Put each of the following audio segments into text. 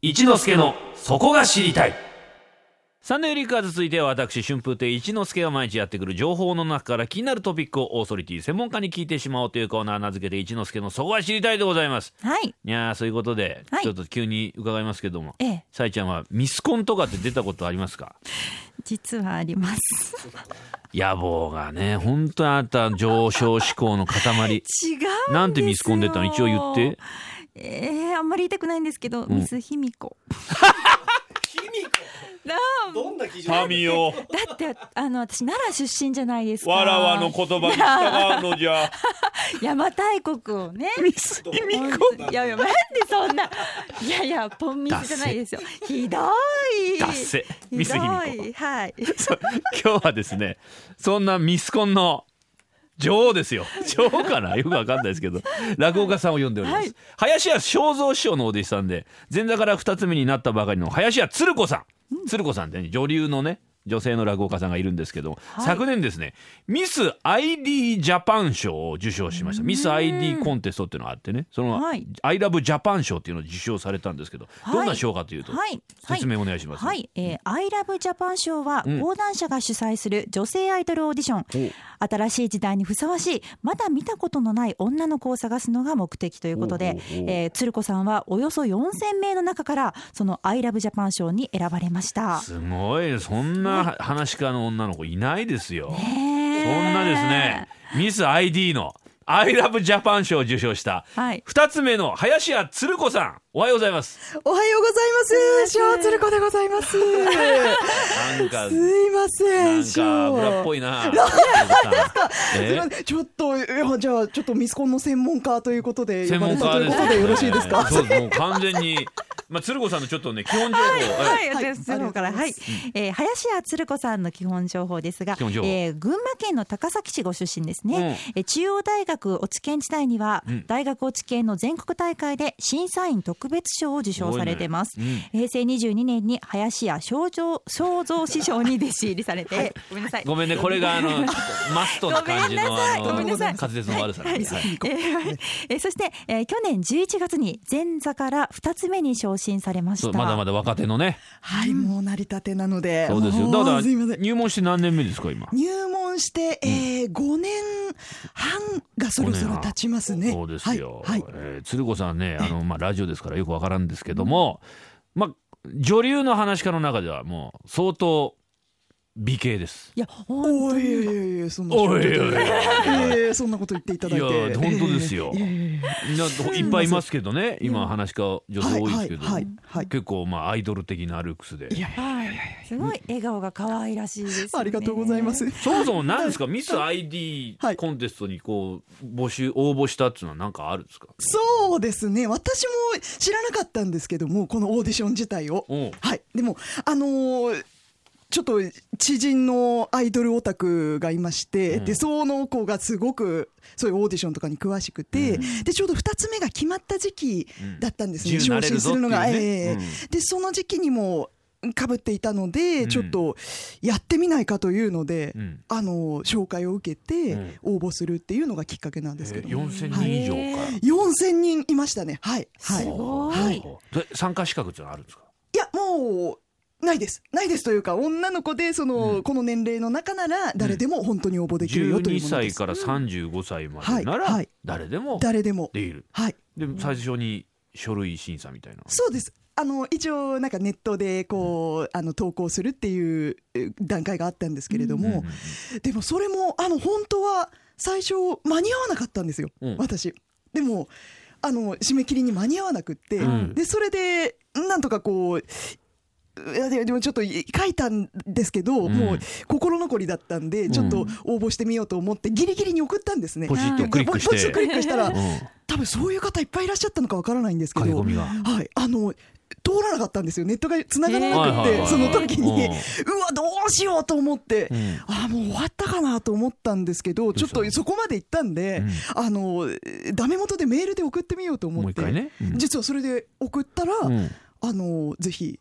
一之助のそこが知りたいサンデーリックは続いては私春風亭一之輔が毎日やってくる情報の中から気になるトピックをオーソリティ専門家に聞いてしまおうというコーナー名付けて一之輔のそこは知りたいでございますはい。いやーそういうことで、はいちょっと急に伺いますけどもええ、さいちゃんはミスコンとかって出たことありますか実はあります。野望がね本当にあなた上昇志向の 塊違うんですよ。なんてミスコン出たの一応言って。ええあんまり言いたくないんですけど、ミスヒミコ。なあどんな基準民よだってあの私奈良出身じゃないですか。わらわの言葉に従うのじゃ邪馬台国をね。ミスヒミコ。いやいやなんでそんな。いやいやポンミスじゃないですよ。ひどい。ダッセひどいミスヒミコはい。そう今日はですねそんなミスコンの女王ですよ女王かなよ くわかんないですけど落語家さんを呼んでおります、はい林家正蔵師匠のお弟子さんで前座から2つ目になったばかりの林家鶴子さん鶴子さんって、ね、女流のね女性の落語家さんがいるんですけど、い昨年ですねミス ID ジャパン賞を受賞しましたミス ID コンテストっていうのがあってねその、はいアイラブジャパン賞っていうのを受賞されたんですけど、はいどんな賞かというと、はい。はい説明お願いします、はい、えー、アイラブジャパン賞はん講談社が主催する女性アイドルオーディション、新しい時代にふさわしいまだ見たことのない女の子を探すのが目的ということおうおで、うおうえー、鶴子さんはおよそ4000名の中からそのアイラブジャパン賞に選ばれました。すごいそんな話し家の女の子いないですよ、そそんんなですねミス ID の「アイラブジャパン賞を受賞したはい2つ目の林家つる子さんおはようございますおはようございます。小鶴子でございます。すなんかいませ。なんんか油っぽい。いなですかすいませんちょっといやじゃあちょっとミスコンの専門家ということで専呼ば門れた家といでうこすとでよろしいですか。えーそうですもう完全にまあ鶴子さんのちょっとね基本情報ははいい、はい私の方から、ありがとうございますはい、えー林家つる子さんの基本情報ですが、基本情報えー群馬県の高崎市ご出身ですね。うんえー中央大学落研時代には、大学落研の全国大会で審査員特別賞を受賞されてます。すごいね平成22年に林家正蔵正蔵師匠に弟子入りされて、 ごめんなさい。ごめんねこれが あのちょっとマストな感じのあのごめんなさい滑舌の悪さなんではいえーえーそして、えー去年11月に前座から2つ目に昇進されましそた。うまだまだ若手のねはい、もう成り立てなので。そうですよもだからすいません。入門して何年目ですか今入門して、えー、5年半がそろそろ経ちますね。そうですよ。はい。はいえー鶴子さんね、あのまあラジオですからよくわからんですけども、まあ女流の話し家の中ではもう相当美形です。いや、本当においいやいやいやそんなおいおいおいえーそんなこと言っていたいだいやて本当ですよ。えーな、いっぱいいますけどね、今話し家女性多いですけど、はいはいはい結構まあアイドル的なアルクスで。いやすごい笑顔が可愛らしいです、ね。ありがとうございま。す。そもそも何ですかミス ID はいコンテストにこう募集応募したっていうのは何かあるんですか。そうですね私も知らなかったんですけどもこのオーディション自体をおうはいでもあのーちょっと知人のアイドルオタクがいまして、んでその子がすごくそういうオーディションとかに詳しくて、でちょうど2つ目が決まった時期だったんですね、自由になれるぞっていうね昇進するのがええうんでその時期にもかぶっていたので、んちょっとやってみないかというので、うんあの紹介を受けうんて応募するっていうのがきっかけなんですけども、四千人以上から。 4000人いましたね。はい。はすい。ごい。で参加資格っていうのはあるんですか。いや、もう、ないです。ないですというか、女の子で、その、この年齢の中なら、誰でも本当に応募できるよという12もので歳す。から35歳までなはらいはい誰でも誰でも。できる。はい。で最初に書類審査みたいな。そうです。あの、一応、なんかネットで、こう、あの、投稿するっていうえ段階があったんですけれども、でも、それも、あの、本当は、最初、間に合わなかったんですよ。うん私。でも、あの、締め切りに間に合わなくって、うんで、それで、なんとかこう、いやでもちょっとい書いたんですけど、うんもう心残りだったんでちょっうと応募してみようと思ってギリギリに送ったんですね。ポチッとクリックしポチッとクて。リックしたらうん多分そういう方いっぱいいらっしゃったのかわからないんですけ駆け込、どみが。はい、あの通らなかったんですよネットが繋がらはいなくはいはいてはいその時に、うんうわどうしようと思って、うんああもう終わったかなと思ったんですけどうしちたょっとそこまで行ったんで、あのダメ元でメールで送ってみようと思ってもう一回ねうん実はそれで送ったら、うんあのぜひ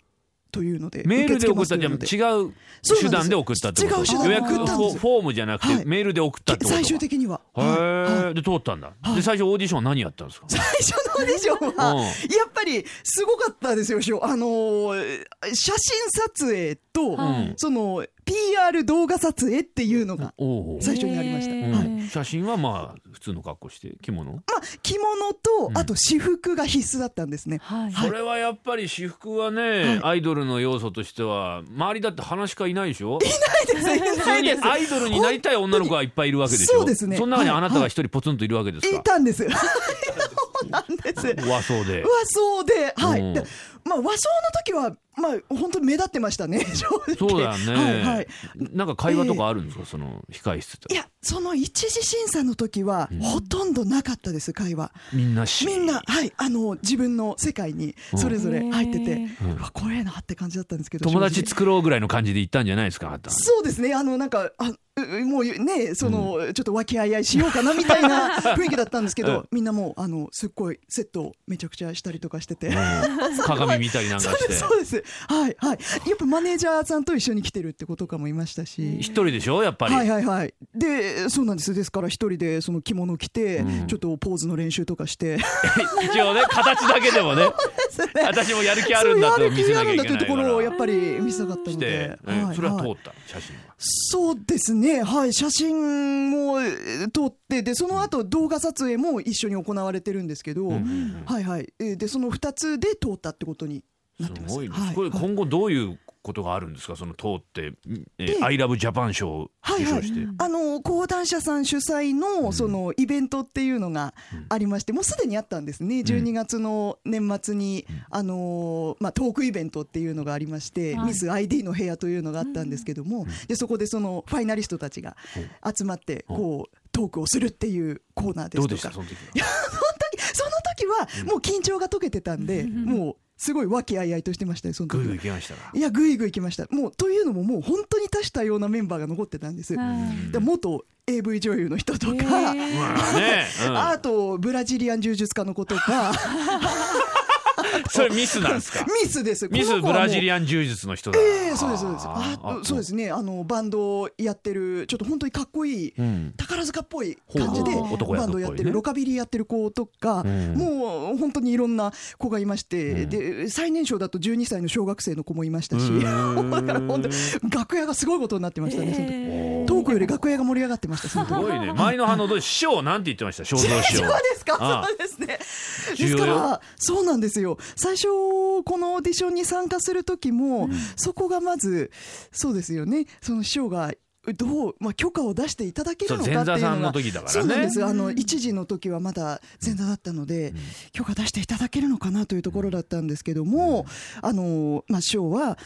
というのでメールで送ったじゃ受け付けますというの違う手段で送ったってことそう予なんで約す違う手段で送ったんフでォすフォームじゃなくて、はいメールで送ったってことか最終的には、へはいーで通ったんだ、で最初オーディション何やったんですか最初のオーディションは、うんやっぱりすごかったですよ、しょあのー写真撮影と、んその PR 動画撮影っていうのがおうおう最初にありました。うへんはい写真はまあ普通の格好して着物まあ、着物と、んあと私服が必須だったんですね。はいそれはやっぱり私服はね、アイドルの要素としては周りだって話しかいないでしょ普通にアイドルになりたい女の子がいっぱいいるわけでしょそうですねその中にあなたが一人ポツンといるわけです いか、たんです。そうなんです。和装で和装で、はうんい。でまあ、和装の時は、まあ、本当目立ってましたね、 正直。そうだよね、はい、はい。なんか会話とかあるんですか、その控室いでや、その一次審査の時は、ほとんどなかったです、会話。みんなしみんな、はい、あの、自分の世界に、それぞれ入ってうてん、うんうわ、怖えなって感じだったんですけど。友正達直作ろうぐらいの感じで行ったんじゃないですかあなたそうですね、あのなんか、あうもうね、その、ちょっと和気あいあいしようかなみたいな雰囲気だったんです けど、みんなもう、あのすっごいセットをめちゃくちゃしたりとかして て、うん鏡見たりなんそかうしでてす、そうです、はい、はい、やっぱマネージャーさんと一緒に来てるってことかもいましたし。一人でしょやっぱり、はいはいはい、でそうなんですですから一人でその着物着て、うんちょっとポーズの練習とかして一応ね形だけでも ね私もやる気あるんだそうとやる見気せあなきゃるんいだけとないいうとかころをやらっぱり見せたかったしのてで、、うんはいそれははい通った写真はそうですね、はい、写真もえー撮ってでその後動画撮影も一緒に行われてるんですけど、うんうんうんはいはい、えーでその2つで通ったってことになってますすごいです、はいこれはい今後どういうことがあるんですかその通って「えーでアイラブジャパン賞を受賞して、あの講談社さん主催のそのイベントっていうのがありまして、もうすでにあったんですね、12月の年末に、あのーまあ、トークイベントっていうのがありまして、はいミス ID の部屋というのがあったんですけども、でそこでそのファイナリストたちが集まって、こうトークをするっていうコーナーでどうですとしたかそ。の時はその時はもう緊張が解けてたんで、もうすごい和気あいあいとしてましたよ、そのグイ時グはイ行きましたかいや、ぐいぐい来ました。もう、というのも、もう本当に多種多様なメンバーが残ってたんでうす。だかんら元 AV 女優の人とか、へうーわねえ、うんあと、ブラジリアン柔術家の子と か、それミスなんですかミスです。ミスブラジリアン。アン柔術の人だええそうです、そうです。ああそうですね。あの、バンドをやってる、ちょっと本当にかっこいい、うん宝塚っぽい感じで、ほうほう男役っぽいねバンドやってる、ロカビリーやってる子とか、んもう本当にいろんな子がいまして、で、最年少だと12歳の小学生の子もいましたし、うんだから 本当に楽屋がすごいことになってましたね、その時へートークより楽屋が盛り上がってました、そのす時。ごいね前の反応どう師匠なんて言ってました肖像師匠そうですあかあ、そうですね。で重要よすから、そうなんですよ。最初、このオーディションに参加する時も、そこがまず、そうですよね、その師匠が、どう、まあ、許可を出していただけるのかっていうのそう前座さが。んの時だからねそうなんです。あの、一時の時はまだ前座だったので、許可出していただけるのかなというところだったんですけども、あの、まあ、師匠は、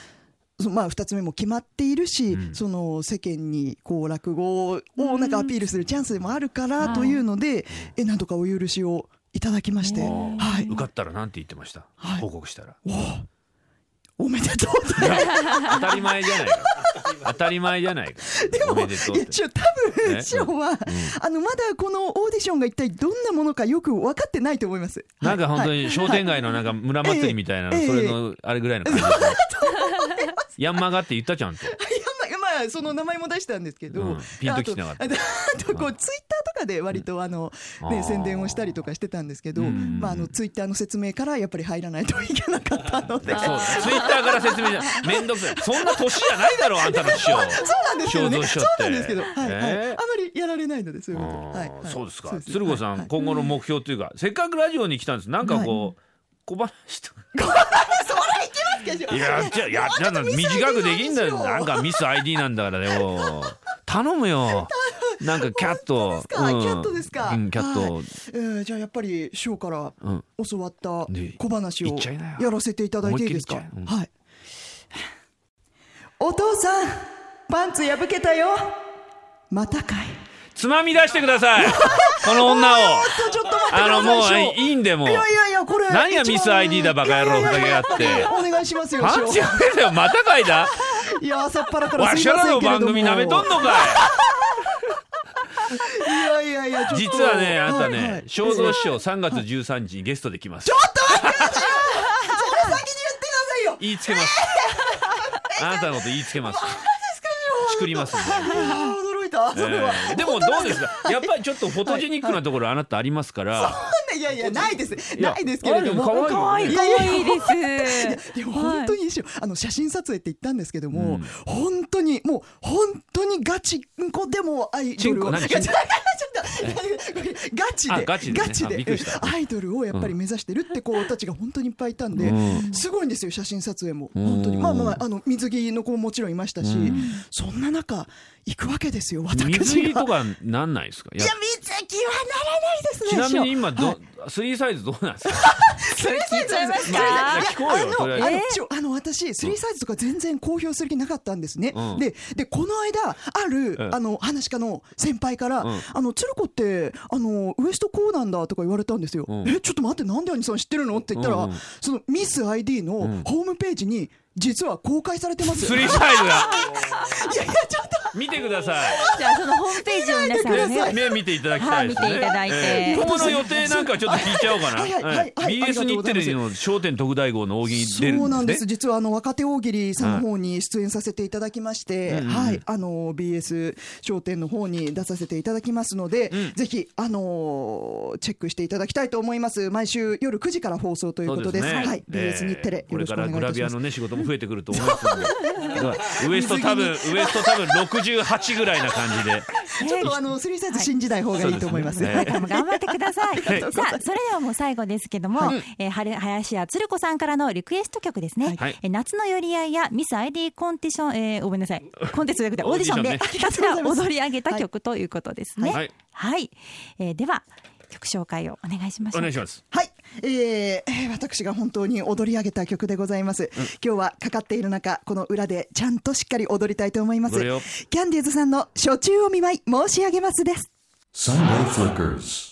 そまあ、2つ目も決まっているし、うんその世間にこう落語をなんかアピールするチャンスでもあるからというので、えなんとかお許しをいただきまして、うんはい、受かったらなんて言ってましたはい報告したらおめでとうって。当たり前じゃないか当たり前じゃないかでおも、めでとういっや、てちょ、多分、師匠は、あの、まだこのオーディションが一体どんなものかよく分かってないと思います。なんか本当に商店街のなんか村祭りみたいなの、ええそれのあれぐらいの感じで、ヤンマガって言ったちゃんと。いやまあまあその名前も出したんですけど、うんピンときてなかったあと あとあとこうツイッターとかで割とあの、あーね、宣伝をしたりとかしてたんですけど、うんうんうんまあ、あのツイッターの説明からやっぱり入らないといけなかったので。そうだツイッターから説明じゃめんどくさいそんな年じゃないだろう あんたの師匠そうなんですよ肖像ね。師そ匠うってなんですけど、はい、はい、えあーまりやられないので、そういうこと。はい、あーはいそうですかそうです鶴子さはいはんい今後の目標というかせっかくラジオに来たんですなんかこう小話と かいやじゃあいやじゃあ短くできんだよなんかミス ID なんだから よ頼むよなんかキャット本当ですかうんキャットでうんキャッすかトはえーじゃあやっぱり師匠からうん教わったね小話言をっちゃいなよやらせていただいていいですか思いっきり言っちはいお父さんパンツ破けたよまたかいつまみ出してくださいこの女をちょちょっと待ってくださあいのも師う匠いいんでもういやいやいやこれ何が一番ミス ID だバカ野郎いやいやいやふざけやがって お願いしますよパン師チ匠やめだよまたかい だいや朝っぱらからわすしいゃまらせんのけれども番組なめとんのかいいやいやいやちょっと実はねあんたはいはねい肖像師匠3月13日にゲストで来ます先に言ってくださいよ 言いつけますあなたのこと言いつけます。しくりますんで。あー驚いた。 それは。えーでもどうですか。やっぱりちょっとフォトジェニックなところあなたありますから。 いやいやないです。いやないですけれども。あるよ可可愛愛いいよ可ね愛いです。でもはい本当にいいですよ、あの写真撮影って言ったんですけどうも、ん本当にもう本当にガチンコでもアイチドルをンコ何い やちょっとちょっとガチあでガチでねガチあびっくりしたアイドルをやっぱり目指してるって子たちが本当にいっぱいいたんで、うんすごいんですよ写真撮影もうん本当にまあまあまああの水着の子ももちろんいましたし、うんそんな中行くわけですよ私が水着といかなんないですか。いやや水着はならないですねちなみに今はどいスリーサイズどうなんです か。スリーサイズなんですまあ聞こうよとりあえずあのちょあの私スリーサイズとか全然公表する気なかったんですね。うんででこの間ある、うんあの話し家の先輩から、うんあの鶴子ってあのウエストこうなんだとか言われたんですよ。うんえちょっと待ってなんで兄さん知ってるのって言ったら、うんうんそのミス ID のんホームページに実は公開されてます。スリーサイズが。見てくださじゃあそのホームページを皆さん見ないでください。ね。目見ていただきたいですね。はい見ていただいてえー今後の予定なんかちょっと聞いちゃおうかな。 はいはいはいはいえーありが BS とうご日ざテいますレビの焦点特大号の大喜利に出るんですね。そうなんです。実はあの若手大喜利さんの方に出演させていただきまして、うんうんうんはい、あの BS 商店の方に出させていただきますので、うんぜひあのーチェックしていただきたいと思います。毎週夜9時から放送ということです。はい、BS 日テレ、こよれろかしくおら願いいグラたしビまアのす。ね仕事も増えてくると思いますんでだからウエスト多分ウエスト多分68ぐらいな感じでちょっとあのスリーサイズ信じない方がいいと思います。はいはこれからも頑張ってください。さはいあ、それではもう最後ですけども、えーはる林家つる子さんからのリクエスト曲ですね。はいえー夏の寄り合いやミス ID コンティション、えーごめんなさい、コンテストじ ゃなくてオーディションオでーデ ひたすら踊り上げた曲ということですね。ははいい、えーでは曲紹介をお願いしましょおう。願いしますはい、えー、私が本当に踊り上げた曲でございます。今日はかかっている中、この裏でちゃんとしっかり踊りたいと思います。どれよキャンディーズさんの初中お見舞い申し上げますです。 Sunday Flickers.